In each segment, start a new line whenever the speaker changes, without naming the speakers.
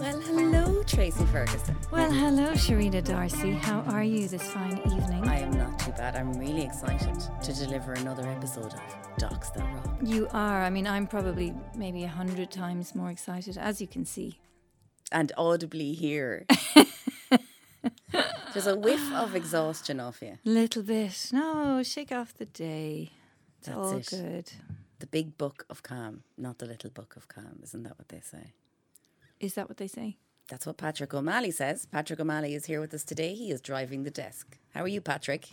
Well, hello, Tracy Ferguson.
Well, hello, Sharita Darcy. How are you this fine evening?
I am not too bad. I'm really excited to deliver another episode of Docs That Rock.
you are. I mean, I'm probably maybe a hundred times more excited, as you can see.
And audibly here. There's a whiff of exhaustion off you.
Little bit. No, shake off the day. It's
That's
all
it.
good.
The big book of calm, not the little book of calm. Isn't that what they say?
Is that what they say?
That's what Patrick O'Malley says. Patrick O'Malley is here with us today. He is driving the desk. How are you, Patrick?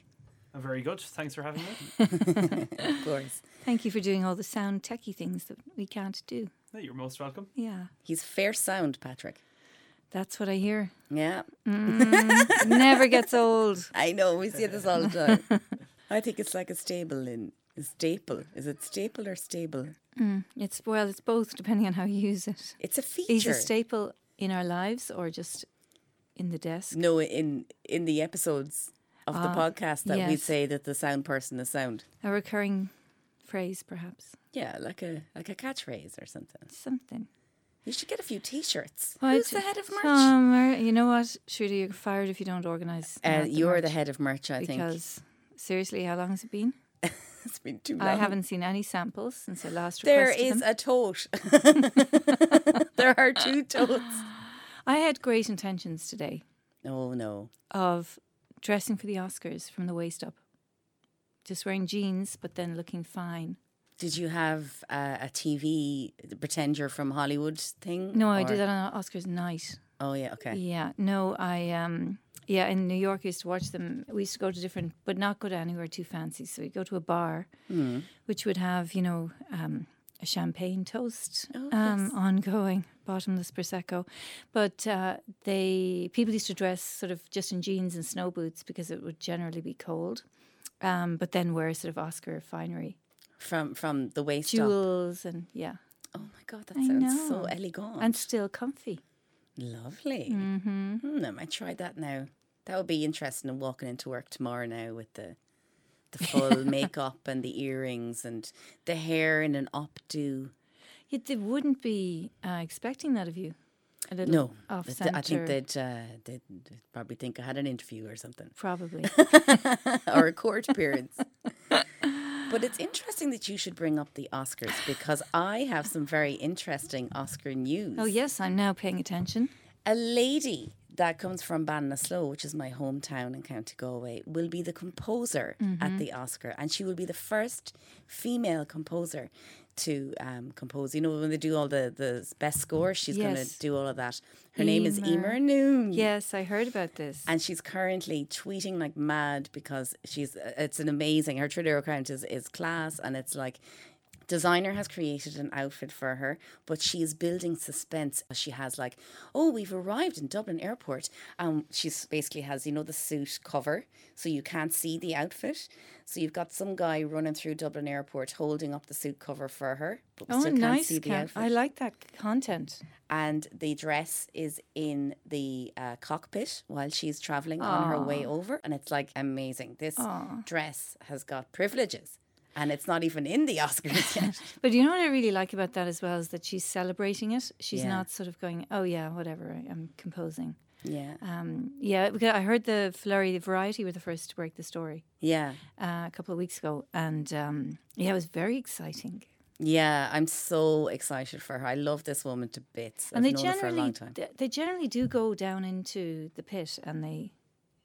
I'm very good. Thanks for having me.
Of course.
Thank you for doing all the sound techie things that we can't do.
Yeah, You're most welcome.
Yeah,
He's fair sound, Patrick.
that's what I hear.
Yeah,
Never gets old.
I know. We see this all the time. I think it's like a stable in. A staple. Is it staple or stable?
It's well, it's both depending on how you use it.
It's a feature.
He's a staple in our lives, or just in the desk.
no, in in the episodes of the podcast that we
Ah, yes.
say that the sound person is sound.
A recurring phrase, perhaps.
Yeah, like a like a catchphrase or something.
Something.
You should get a few T-shirts.
Well,
Who's
it's-
the head of merch?
Summer- you know what, Shruti, you're fired if you don't organise.
uh,
now at
you're the
merch
head of merch, I think.
because seriously, how long has it been?
It's been too long.
I haven't seen any samples since I last
There
requested
is
them.
a tote. there are two totes.
I had great intentions today
Oh no!
of dressing for the Oscars from the waist up, just wearing jeans but then looking fine.
Did you have uh, a TV pretend you're from Hollywood thing?
No, I
or-
did that on Oscars night.
Oh yeah, okay.
Yeah, no, I um, yeah, in New York, I used to watch them. We used to go to different, but not go to anywhere too fancy. So we'd go to a bar, which would have, you know, um, a champagne toast, um, ongoing, bottomless prosecco. But uh, they people used to dress sort of just in jeans and snow boots because it would generally be cold. Um, but then wear sort of Oscar finery
From from the waist up.
jewels and Oh, yeah,
Oh my god, that sounds so
know.
elegant.
and still comfy.
Lovely. Mm-hmm. I might try that now. That would be interesting. I'm walking into work tomorrow now with the the full makeup and the earrings and the hair in an updo.
It, they wouldn't be uh, expecting that of you. A little
No, I
off
th- I think
centre.
they'd, uh, they'd they'd probably think I had an interview or something
Probably.
or a court appearance. But it's interesting that you should bring up the Oscars because I have some very interesting Oscar news.
oh, yes, I'm now paying attention.
A lady that comes from Banlasloe, which is my hometown in County Galway, will be the composer
Mm-hmm.
at the Oscar, and she will be the first female composer to um, compose. You know, when they do all the, the best score, she's going
Yes.
to do all of that. Her name is
Emer.
Emer Noon.
Yes, I heard about this.
And she's currently tweeting like mad because she's uh, it's an amazing her Twitter account is is class and it's like designer has created an outfit for her but she is building suspense she has like oh we've arrived in dublin airport um she's basically has you know the suit cover so you can't see the outfit so you've got some guy running through dublin airport holding up the suit cover for her but we
oh,
still can't
nice.
see the
Ken.
outfit
I like that content.
and the dress is in the uh, cockpit while she's traveling on her way over. And it's like amazing. This dress has got privileges and it's not even in the Oscars yet.
But you know what I really like about that as well is that she's celebrating it. She's
Yeah.
not sort of going, oh, yeah, whatever, I- I'm composing.
yeah.
Um, yeah, because I heard the Flurry, the Variety were the first to break the story
Yeah.
uh, a couple of weeks ago. And um, yeah, it was very exciting.
Yeah. I'm so excited for her. I love this woman to bits.
and
I've
they
known her for a
generally
long time.
they, they generally do go down into the pit and they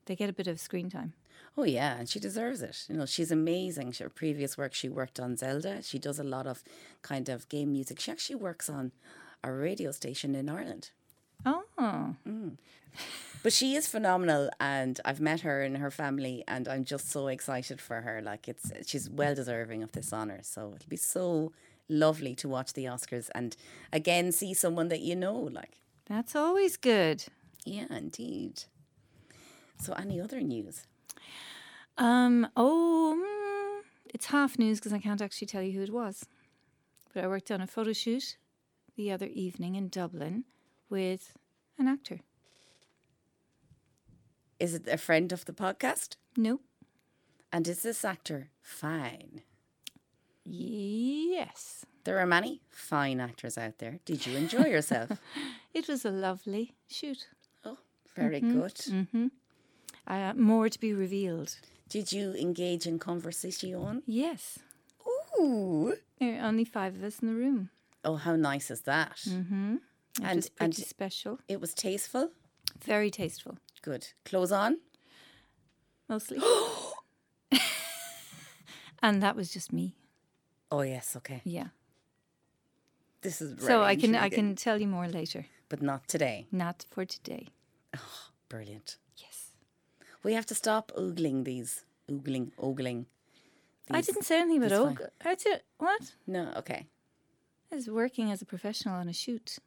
they get a bit of screen time.
Oh yeah, and she deserves it. You know, she's amazing. She- Her previous work, she worked on Zelda. She does a lot of kind of game music. She actually works on a radio station in Ireland.
Oh,
But she is phenomenal, and I've met her and her family, and I'm just so excited for her. Like it's she's well deserving of this honor, so it'll be so lovely to watch the Oscars and again see someone that you know. Like
That's always good.
yeah, indeed. So any other news?
Um, oh, mm, it's half news because I can't actually tell you who it was. But I worked on a photo shoot the other evening in Dublin with an actor.
Is it a friend of the podcast?
No.
And is this actor fine?
Yes.
There are many fine actors out there. Did you enjoy yourself?
It was a lovely shoot.
oh, very good.
Uh, more to be revealed.
Did you engage in conversation?
Yes.
Ooh.
There are only five of us in the room.
Oh, how nice is that? Mm-hmm.
Which
And
was pretty
and
special.
it was tasteful.
Very tasteful,
Good. Clothes on.
mostly. and that was just me.
Oh yes, okay.
Yeah.
This is
so
very
I can I
intriguing,
can tell you more later.
but not today.
Not for today.
Brilliant.
Yes.
We have to stop oogling these. Oogling, oogling.
I didn't say anything about
that's
Og. I did what?
No, okay.
I was working as a professional on a shoot.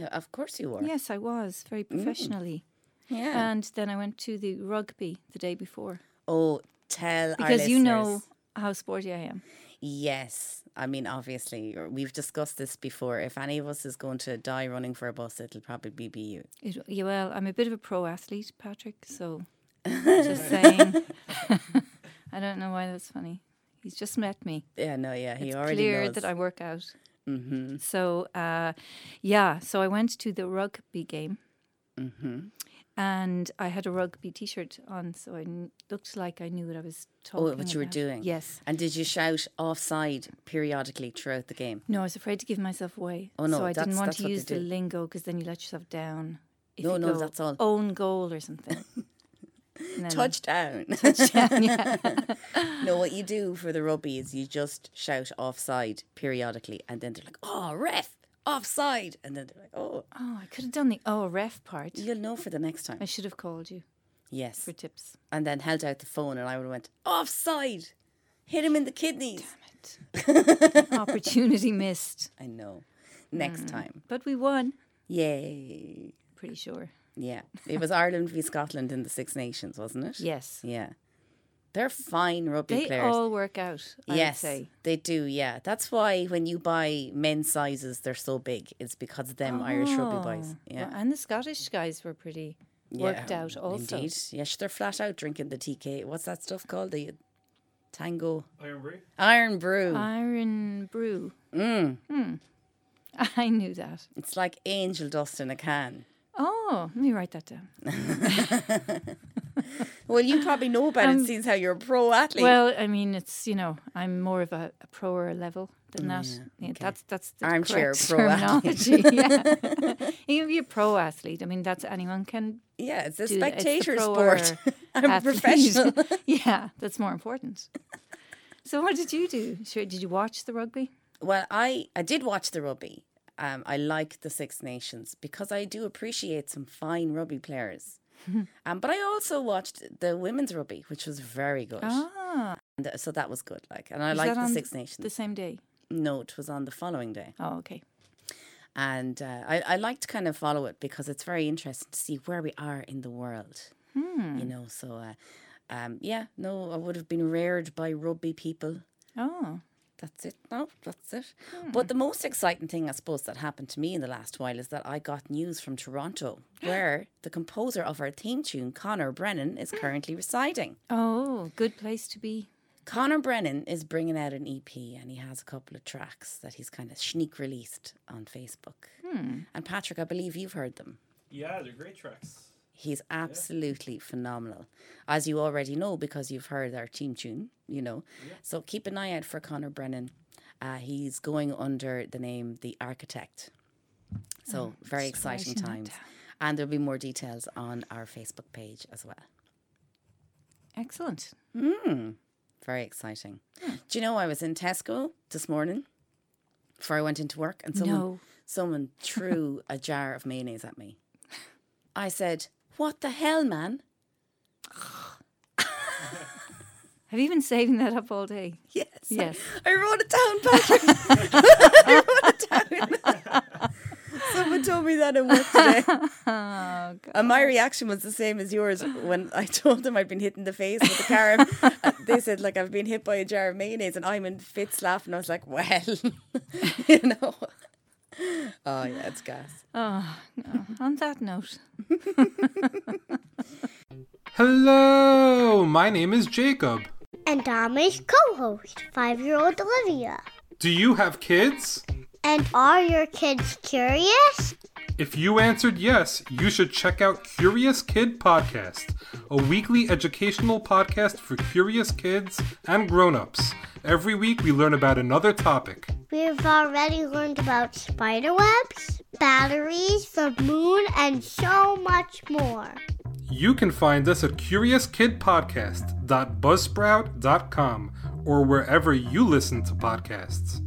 Uh, Of course you were.
Yes, I was very professionally.
Mm. Yeah.
And then I went to the rugby the day before
oh, tell our
because you know
listeners.
how sporty I am.
Yes. I mean, obviously, you're- we've discussed this before. If any of us is going to die running for a bus, it'll probably be you.
It, yeah, well, I'm a bit of a pro athlete, Patrick. So just saying. I don't know why that's funny. He's just met me.
Yeah, no, yeah, he
it's
already
clear
knows. Mm-hmm,
that I work out. So, uh, yeah, so I went to the rugby game.
mm-hmm.
And I had a rugby T-shirt on, so I kn- looked like I knew what I was talking.
Oh, what you were
about.
doing?
Yes.
And did you shout offside periodically throughout the game?
No, I was afraid to give myself away.
Oh, no,
so I didn't
that's-
want
that's
to
what they
use the
do.
lingo because then you let yourself down. If
No,
you
no,
go
that's all.
Own goal or something. And then-
Touchdown! no, what you do for the rugby is you just shout offside periodically, and then they're like, "Oh, ref, offside!" And then they're like, "Oh,
Oh, I could have done the oh ref part.
you'll know for the next time."
I should have called you
Yes,
for tips.
and then held out the phone, and I would have went offside, hit him in the kidneys.
Opportunity missed,
I know. Next time,
but we won.
yay!
Pretty sure.
Yeah, it was Ireland v Scotland in the Six Nations, wasn't it?
Yes.
Yeah. They're fine rugby
They
players.
all work out. I
yes,
Would say.
they do. Yeah, that's why when you buy men's sizes, they're so big. It's because of them Irish rugby boys.
Oh,
Yeah,
well, and the Scottish guys were pretty worked
Yeah,
out also.
Indeed. Yes, they're flat out drinking the TK. What's that stuff called? The Tango
Iron Brew.
Iron Brew.
Uh, Iron brew. Mm. I knew that.
it's like angel dust in a can.
Oh, let me write that down.
Well, you probably know about it. Seems how you're a pro athlete.
Um, Well, I mean, it's you know, I'm more of a, a proer level than that. Yeah, That's that's the
Mm, Armchair
correct
pro athlete.
terminology. yeah. you can be a pro athlete. I mean, that's anyone can
yeah, it's a
do that. It's the
spectator
proer
sport. I'm a
athlete.
professional.
yeah, that's more important. So, what did you do? Sure, did you watch the rugby?
Well, I I did watch the rugby. Um, I like the Six Nations because I do appreciate some fine rugby players. um, but I also watched the women's rugby, which was very good,
Ah,
and th- so that was good. Like, and I
was
like
that
the
on
Six Nations.
The same day.
no, it was on the following day,
Oh, okay.
and uh, I I like to kind of follow it because it's very interesting to see where we are in the world.
Hmm.
You know, so. Uh, um, yeah, no, I would have been reared by rugby people. Ah.
Oh,
That's it now. That's it. But the most exciting thing, I suppose, that happened to me in the last while is that I got news from Toronto, where the composer of our theme tune, Connor Brennan, is currently residing.
oh, good place to be.
Connor Brennan is bringing out an EP and he has a couple of tracks that he's kind of sneak released on Facebook. And Patrick, I believe you've heard them.
Yeah, they're great tracks.
He's absolutely phenomenal, as you already know because you've heard our team tune, you know. So keep an eye out for Connor Brennan. Uh, he's going under the name The Architect. So, very exciting
Oh, writing that
times.
down.
And there'll be more details on our Facebook page as well.
Excellent.
Very exciting.
Hmm.
Do you know I was in Tesco this morning before I went into work and someone
No.
someone threw a jar of mayonnaise at me. I said, What the hell, man?
Have you been saving that up all day?
Yes.
Yes.
I wrote it down, Patrick. I wrote it down. Someone told me that at work today. and my reaction was the same as yours when I told them I'd been hit in the face with a car. Uh, they said, like, I've been hit by a jar of mayonnaise, and I'm in fits laughing. I was like, well, you know. Oh, yeah, it's gas.
Oh, no. on that note,
Hello, Oh, my name is Jacob.
And I'm his co host, five year old Olivia.
Do you have kids?
And are your kids curious?
If you answered yes, you should check out Curious Kid Podcast, a weekly educational podcast for curious kids and grown-ups. Every week we learn about another topic.
We've already learned about spider webs, batteries, the moon, and so much more.
You can find us at curiouskidpodcast.buzzsprout.com or wherever you listen to podcasts.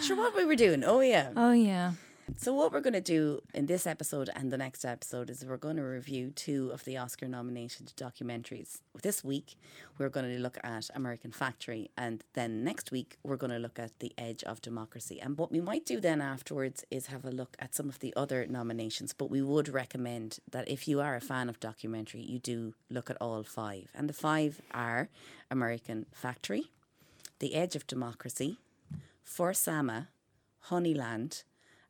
Sure, what we were doing. Oh, yeah.
oh yeah,
So what we're going to do in this episode and the next episode is we're going to review two of the Oscar nominated documentaries. This week we're going to look at American Factory and then next week we're going to look at The Edge of Democracy. And what we might do then afterwards is have a look at some of the other nominations, but we would recommend that if you are a fan of documentary, you do look at all five. And the five are American Factory, The Edge of Democracy, for Sama, Honeyland,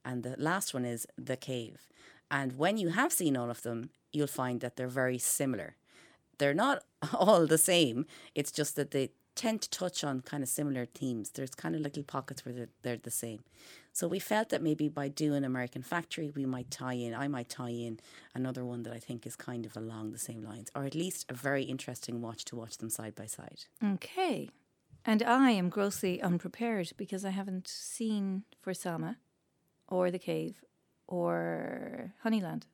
and the last one is The Cave. And when you have seen all of them, you'll find that they're very similar. They're not all the same, it's just that they tend to touch on kind of similar themes. There's kind of little pockets where they're, they're the same. So we felt that maybe by doing American Factory, we might tie in, I might tie in another one that I think is kind of along the same lines, or at least a very interesting watch to watch them side by side.
okay. And I am grossly unprepared because I haven't seen For Sama, or The Cave, or Honeyland.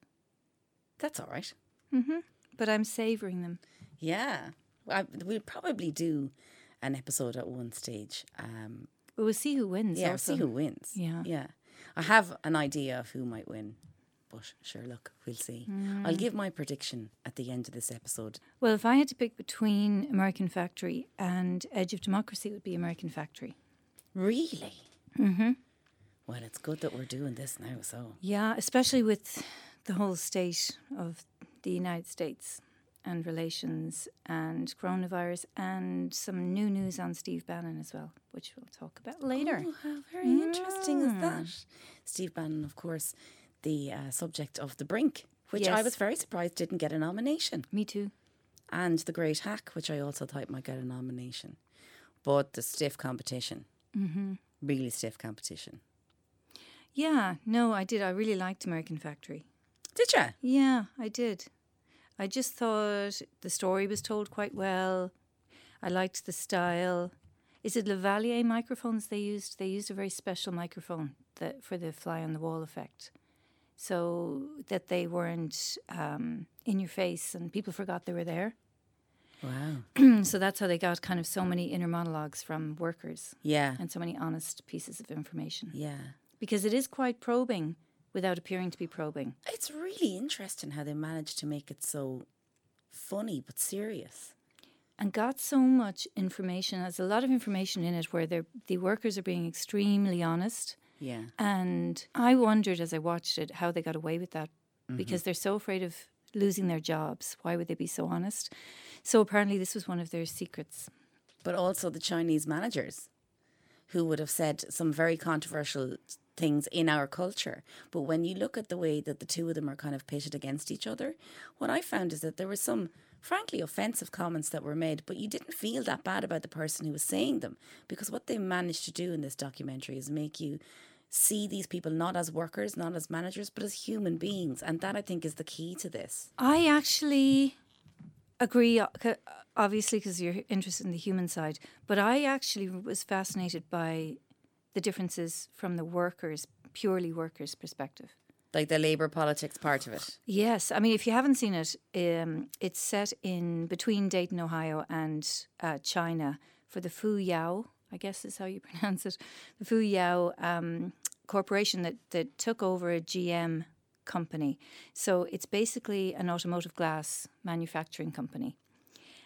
That's all right.
Mm-hmm. But I'm savouring them.
Yeah. Well, I, we'll probably do an episode at one stage. Um,
But we'll see who wins.
yeah, we'll
also.
see who wins.
Yeah.
Yeah. I have an idea of who might win, but sure, look, we'll see. I'll give my prediction at the end of this episode.
Well, if I had to pick between American Factory and Edge of Democracy, it would be American Factory.
Really? Mm-hmm. Well, it's good that we're doing this now, so.
Yeah, especially with the whole state of the United States and relations and coronavirus and some new news on Steve Bannon as well, which we'll talk about later.
Oh, how very interesting is that? Steve Bannon, of course, the uh, subject of The Brink, which I
Yes.
was very surprised didn't get a nomination.
Me too.
and The Great Hack, which I also thought might get a nomination. But the stiff competition, mm-hmm. really stiff competition.
Yeah, no, I did. I really liked American Factory.
Did you?
Yeah, I did. I just thought the story was told quite well. I liked the style. Is it Lavalier microphones they used? They used a very special microphone that for the fly on the wall effect, so that they weren't um, in your face and people forgot they were there.
Wow.
so that's how they got kind of so many inner monologues from workers
Yeah.
and so many honest pieces of information.
Yeah.
Because it is quite probing without appearing to be probing.
It's really interesting how they managed to make it so funny but serious.
and got so much information. There's a lot of information in it where they're, the workers are being extremely honest.
Yeah.
And I wondered as I watched it how they got away with that because they're so afraid of losing their jobs. Why would they be so honest? So apparently, this was one of their secrets.
But also the Chinese managers who would have said some very controversial things in our culture. But when you look at the way that the two of them are kind of pitted against each other, what I found is that there were some frankly offensive comments that were made, but you didn't feel that bad about the person who was saying them because what they managed to do in this documentary is make you see these people not as workers, not as managers, but as human beings. And that I think is the key to this.
I actually agree, o- c- uh, obviously, because you're interested in the human side, but I actually was fascinated by the differences from the workers, purely workers' perspective.
Like the labor politics part of it.
Yes, I mean, if you haven't seen it, um, it's set in between Dayton, Ohio, and uh, China for the Fu Yao, I guess is how you pronounce it, the Fu Yao um, corporation that that took over a GM company. So it's basically an automotive glass manufacturing company.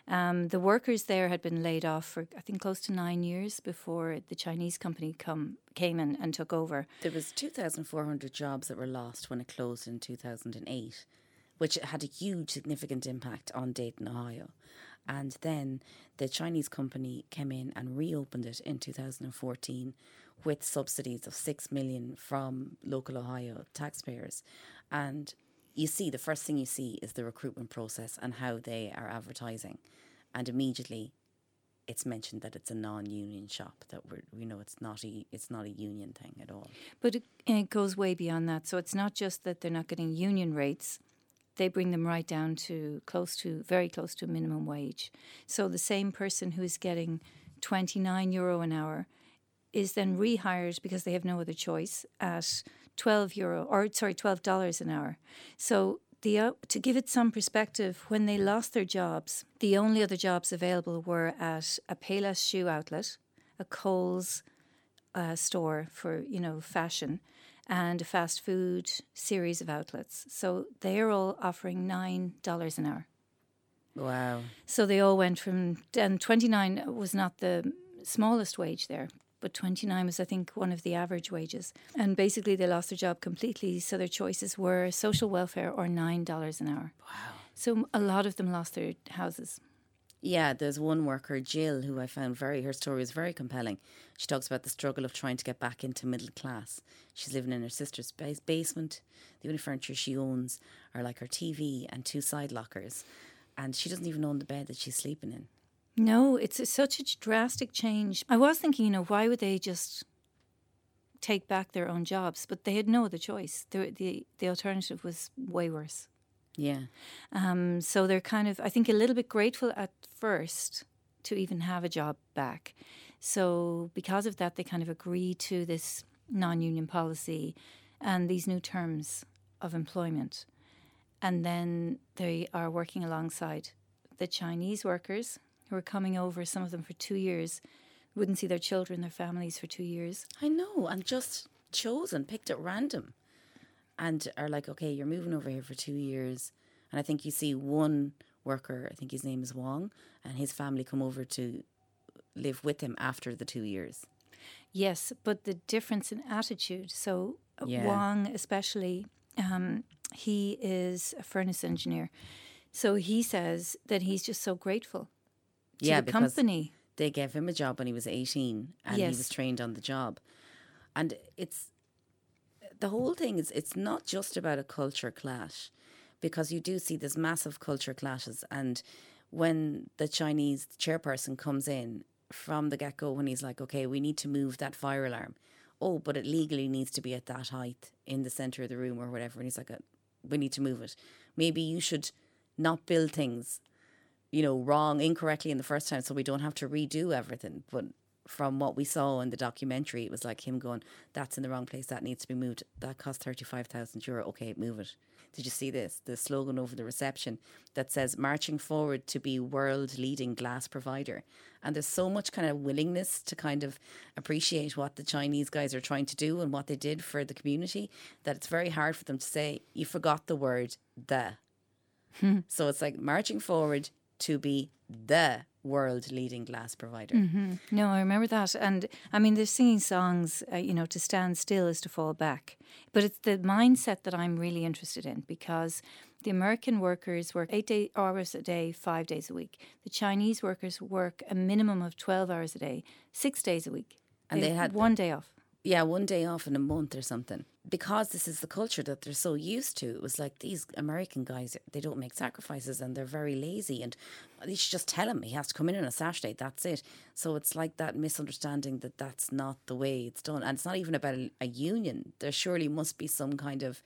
Um, the workers there had been laid off for I think close to nine years before the Chinese company come came in and took over.
There was 2,400 jobs that were lost when it closed in 2008, which had a huge significant impact on Dayton, Ohio. And then the Chinese company came in and reopened it in 2014 with subsidies of 6 million from local Ohio taxpayers. And you see the first thing you see is the recruitment process and how they are advertising. And immediately it's mentioned that it's a non-union shop that we're we know it's not a it's not a union thing at all.
But it, it goes way beyond that. So it's not just that they're not getting union rates; they bring them right down to close to very close to minimum wage. So the same person who is getting twenty nine euro an hour is then rehired because they have no other choice at twelve euro or sorry twelve dollars an hour. So the o to give it some perspective, when they lost their jobs, the only other jobs available were at a Payless shoe outlet, a Coles uh, store for you know fashion, and a fast food series of outlets. So they are all offering nine dollars an hour.
Wow.
So they all went from and twenty nine was not the smallest wage there, but twenty nine was I think one of the average wages. And basically they lost their job completely. So their choices were social welfare or nine dollars an hour. Wow. So a lot of them lost their houses.
Yeah, there's one worker, Jill, who I found very, her story is very compelling. She talks about the struggle of trying to get back into middle class. She's living in her sister's bas- basement. The only furniture she owns are like her TV and two side lockers. And she doesn't even own the bed that she's sleeping in.
No, it's a, such a drastic change. I was thinking, you know, why would they just take back their own jobs? But they had no other choice. The the, the alternative was way worse.
Yeah.
Um, so they're kind of, I think, a little bit grateful at first to even have a job back. So because of that, they kind of agree to this non-union policy and these new terms of employment, and then they are working alongside the Chinese workers who are coming over. Some of them for two years, wouldn't see their children, their families for two years.
I know, and just chosen, picked at random, and are like, okay, you're moving over here for two years. And I think you see one worker, I think his name is Wong, and his family come over to live with him after the two years.
Yes, but the difference in attitude. So uh,
Yeah.
Wang, especially, um, he is a furnace engineer. So he says that he's just so grateful to
yeah,
the
because
company.
They gave him a job when he was 18 and he
Yes.
was trained on the job. And it's the whole thing is it's not just about a culture clash because you do see this massive culture clashes and when the Chinese chairperson comes in from the get-go when he's like okay we need to move that fire alarm oh but it legally needs to be at that height in the center of the room or whatever and he's like uh, we need to move it maybe you should not build things you know, wrong incorrectly in the first time, so we don't have to redo everything. But from what we saw in the documentary, it was like him going, "That's in the wrong place. That needs to be moved. That cost thirty five thousand euro. Okay, move it." Did you see this? The slogan over the reception that says "Marching forward to be world leading glass provider," and there's so much kind of willingness to kind of appreciate what the Chinese guys are trying to do and what they did for the community that it's very hard for them to say you forgot the word "the." So it's like marching forward to be the world leading glass provider.
Hmm, No, I remember that. And I mean, they're singing songs, uh, you know, to stand still is to fall back. But it's the mindset that I'm really interested in because the American workers work eight day, hours a day, five days a week. The Chinese workers work a minimum of 12 hours a day, six days a week.
And they
have
had-
one day off.
Yeah, one day off in a month or something. Because this is the culture that they're so used to, it was like these American guys, they don't make sacrifices and they're very lazy. And you should just tell him he has to come in on a Saturday, that's it. So it's like that misunderstanding that that's not the way it's done. And it's not even about a, a union. There surely must be some kind of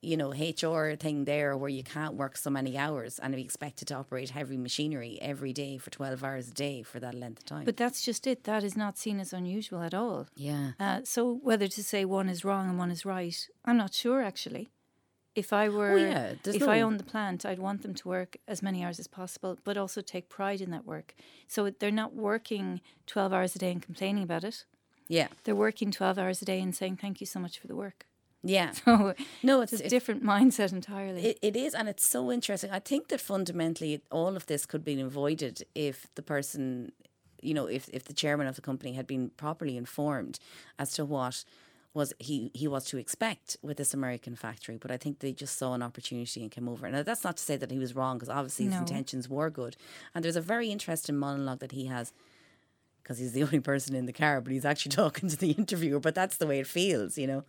you know, HR thing there where you can't work so many hours and be expected to operate heavy machinery every day for 12 hours a day for that length of time.
But that's just it. That is not seen as unusual at all.
yeah.
Uh, so whether to say one is wrong and one is right, I'm not sure actually. If I were,
yeah, there's
if I
no-
owned the plant, I'd want them to work as many hours as possible, but also take pride in that work. So they're not working 12 hours a day and complaining about it.
Yeah.
They're working 12 hours a day and saying, thank you so much for the work.
Yeah.
So
No,
it's
it's,
a
it's
different mindset entirely.
It, it is, and it's so interesting. I think that fundamentally, all of this could be avoided if the person, you know, if, if the chairman of the company had been properly informed as to what was he he was to expect with this American factory. But I think they just saw an opportunity and came over. Now that's not to say that he was wrong, because obviously his
No.
intentions were good. And there's a very interesting monologue that he has because he's the only person in the car, but he's actually talking to the interviewer. But that's the way it feels, you know.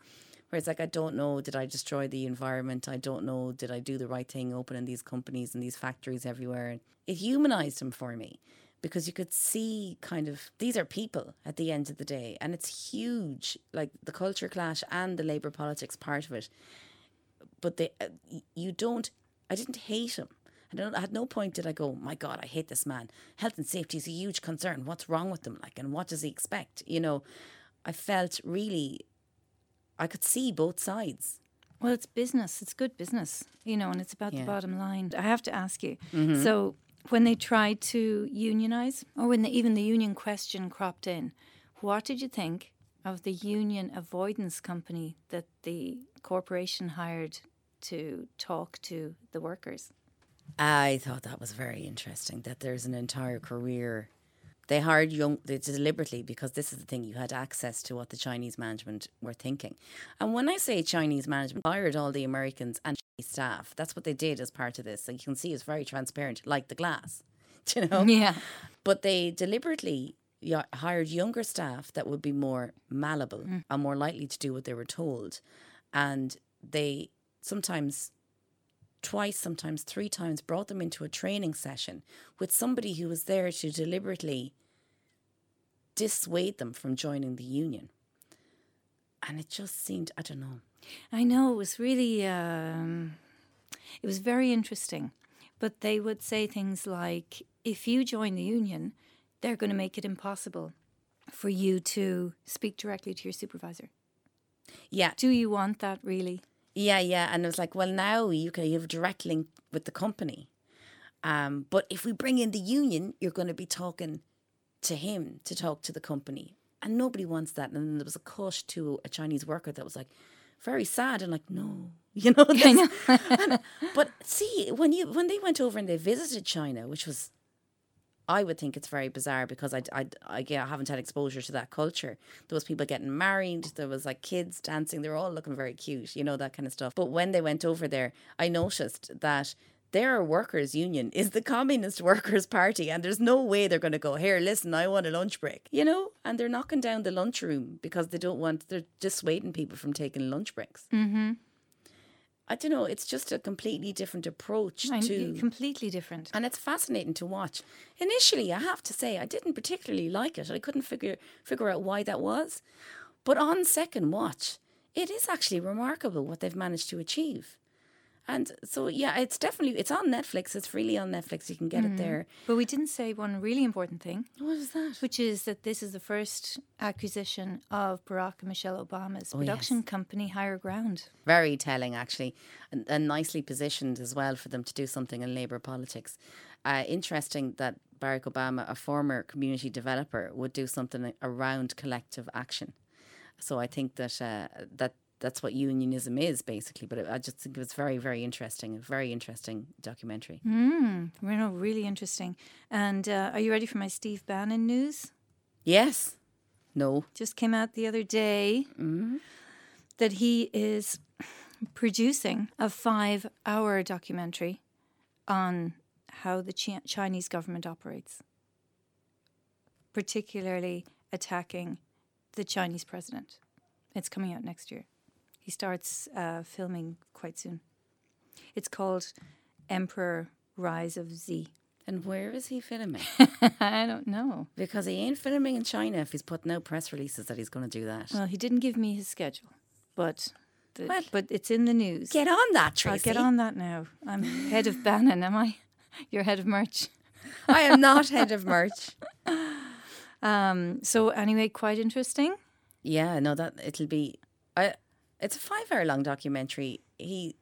Where it's like, I don't know, did I destroy the environment? I don't know, did I do the right thing opening these companies and these factories everywhere? And it humanized him for me because you could see kind of these are people at the end of the day, and it's huge like the culture clash and the labor politics part of it but they uh, y- you don't i didn't hate him I don't, at no point did i go my god i hate this man health and safety is a huge concern what's wrong with them like and what does he expect you know i felt really i could see both sides
Well, it's business. It's good business, you know, and it's about
Yeah.
the bottom line. I have to ask you. So, when they tried to unionize, or when the, even the union question cropped in, what did you think of the union avoidance company that the corporation hired to talk to the workers?
i thought that was very interesting that there's an entire career they hired young they deliberately because this is the thing you had access to what the chinese management were thinking and when i say chinese management hired all the americans and Chinese staff that's what they did as part of this so you can see it's very transparent like the glass do you know
Yeah.
but they deliberately y- hired younger staff that would be more malleable and more likely to do what they were told and they sometimes twice sometimes three times brought them into a training session with somebody who was there to deliberately dissuade them from joining the union and it just seemed i don't know
I know it was really, um, it was very interesting. But they would say things like, if you join the union, they're going to make it impossible for you to speak directly to your supervisor.
yeah
Do you want that really?
Yeah, yeah. And it was like, well, now you can you have direct link with the company. Um, but if we bring in the union, you're going to be talking to him to talk to the company. And nobody wants that. And then there was a cush to a Chinese worker that was like, very sad and like, no, you know. this- and- but see, when you when they went over and they visited China, which was, I would think it's very bizarre because I I I, yeah, I haven't had exposure to that culture. There was people getting married. There was like kids dancing. They were all looking very cute, you know that kind of stuff. But when they went over there, I noticed that. Their workers' union is the Communist Workers' Party, and there's no way they're going to go here. Listen, I want a lunch break, you know, and they're knocking down the lunchroom because they don't want. They're dissuading people from taking lunch breaks. I don't know. It's just a completely different approach
I-
to,
completely different.
and it's fascinating to watch. Initially, I have to say, I didn't particularly like it. I couldn't figure figure out why that was, but on second watch, it is actually remarkable what they've managed to achieve. And so, yeah, it's definitely it's on Netflix. It's freely on Netflix. You can get it there.
But we didn't say one really important thing,
What was that?
which is that this is the first acquisition of Barack and Michelle Obama's production company, Higher Ground.
Very telling, actually, and, and nicely positioned as well for them to do something in labour politics. Uh, interesting that Barack Obama, a former community developer, would do something around collective action. So I think that uh, that that's what unionism is basically. But I just think it was very, very interesting, a very interesting documentary.
Mm, you know, really interesting. And uh, are you ready for my Steve Bannon news?
Yes. No.
just came out the other day that he is producing a five hour documentary on how the Chi- Chinese government operates, particularly attacking the Chinese president. It's coming out next year. He starts uh, filming quite soon. It's called Emperor Rise of Z.
And where is he filming?
I don't know.
because he ain't filming in China if he's putting out press releases that he's going to do that.
Well, he didn't give me his schedule, but the,
Well,
but it's in the news.
get on that, Tracy.
I'll get on that now. I'm head of Bannon, am I? You're head of merch.
I am not head of merch.
Um, so anyway, quite interesting.
Yeah, no, that it'll be. I. It's a five-hour long documentary. He.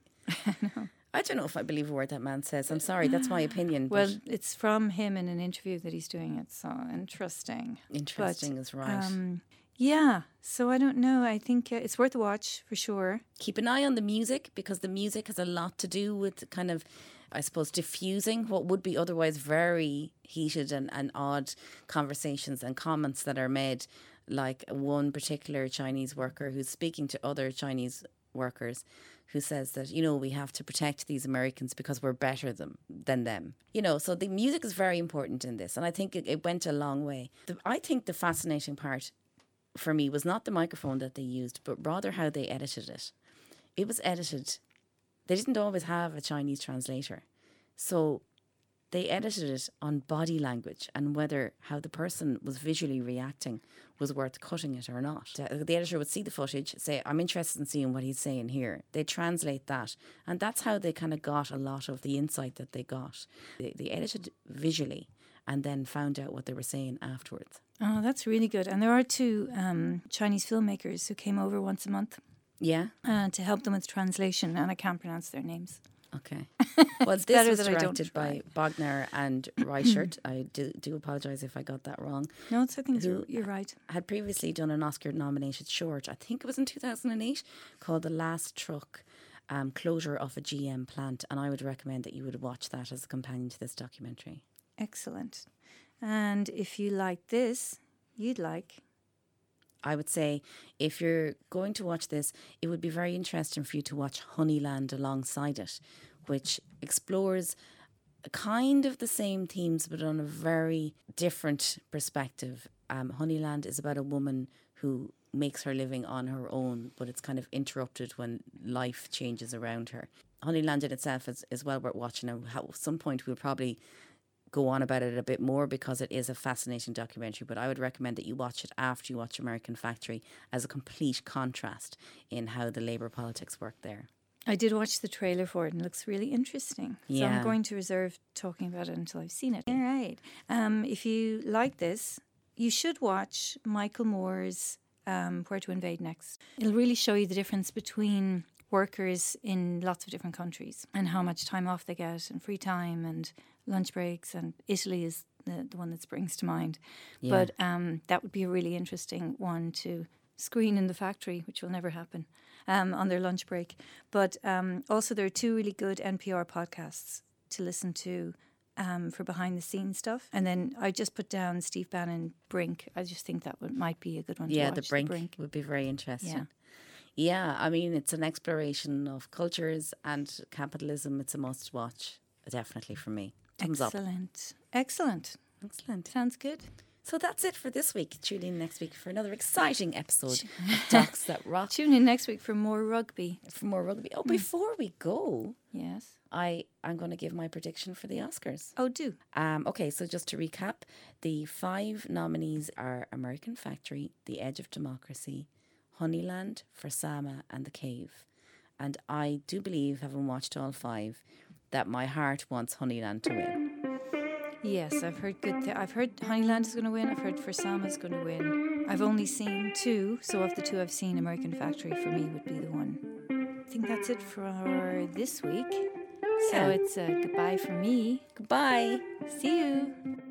I don't know if I believe a word that man says. I'm sorry, that's my opinion.
Well,
Well,
it's from him in an interview that he's doing it. So uh, interesting.
interesting is right.
Um, Yeah. So I don't know. I think uh, it's worth a watch for sure.
Keep an eye on the music because the music has a lot to do with kind of, I suppose, diffusing what would be otherwise very heated and, and odd conversations and comments that are made. Like one particular Chinese worker who's speaking to other Chinese workers who says that you know we have to protect these Americans because we're better them than them. You know, so the music is very important in this, and I think it, it went a long way. The, I think the fascinating part for me was not the microphone that they used, but rather how they edited it. It was edited. They didn't always have a Chinese translator, so they edited it on body language and whether how the person was visually reacting was worth cutting it or not. Uh, The editor would see the footage, say, I'm interested in seeing what he's saying here. They translate that. And that's how they kind of got a lot of the insight that they got. They, they edited visually and then found out what they were saying afterwards.
Oh, that's really good. And there are two um, Chinese filmmakers who came over once a month
Yeah?
uh, to help them with translation, and I can't pronounce their names.
Okay. Well, this
better
was
that I don't
directed by Bogner and Reichert. I do, do apologize if I got that wrong.
No, it's, I think it's, you're right.
had previously done an Oscar nominated short, I think it was in 2008, called The Last Truck um, Closure of a GM Plant. And I would recommend that you would watch that as a companion to this documentary.
Excellent. And if you like this, you'd like.
I would say if you're going to watch this, it would be very interesting for you to watch Honeyland alongside it, which explores kind of the same themes but on a very different perspective. Um, Honeyland is about a woman who makes her living on her own, but it's kind of interrupted when life changes around her. Honeyland in itself is, is well worth watching. and At some point, we'll probably go on about it a bit more because it is a fascinating documentary. But I would recommend that you watch it after you watch American Factory as a complete contrast in how the labor politics work there.
I did watch the trailer for it and it looks really interesting. So
Yeah.
I'm going to reserve talking about it until I've seen it. All right. Um, if you like this, you should watch Michael Moore's um, Where to Invade Next. It'll really show you the difference between workers in lots of different countries and how much time off they get and free time and lunch breaks. And Italy is the, the one that springs to mind. But um, that would be a really interesting one to screen in the factory, which will never happen um, on their lunch break. But um, also, there are two really good NPR podcasts to listen to um, for behind the scenes stuff. And then I just put down Steve Bannon Brink. I just think that one might be a good one. to
yeah,
watch,
the brink, would be very interesting.
Yeah.
Yeah, I mean, it's an exploration of cultures and capitalism. It's a must watch, definitely for me. Thumbs up.
Excellent. Excellent.
Excellent.
Sounds good.
So that's it for this week. Tune in next week for another exciting episode of Docs That Rock
Tune in next week for more rugby.
for more rugby.
Hmm.
Oh, before we go,
Yes.
I am going to give my prediction for the Oscars.
Oh, do.
Um, okay, so just to recap, the five nominees are American Factory, The Edge of Democracy, Honeyland, Versama, and The Cave. And I do believe, having watched all five, that my heart wants Honeyland to win.
Yes, I've heard good. Th- I've heard Honeyland is going to win. I've heard Fursama is going to win. I've only seen two, so of the two I've seen, American Factory for me would be the one. I think that's it for this week. So
Yeah.
it's a goodbye for me.
Goodbye.
See you.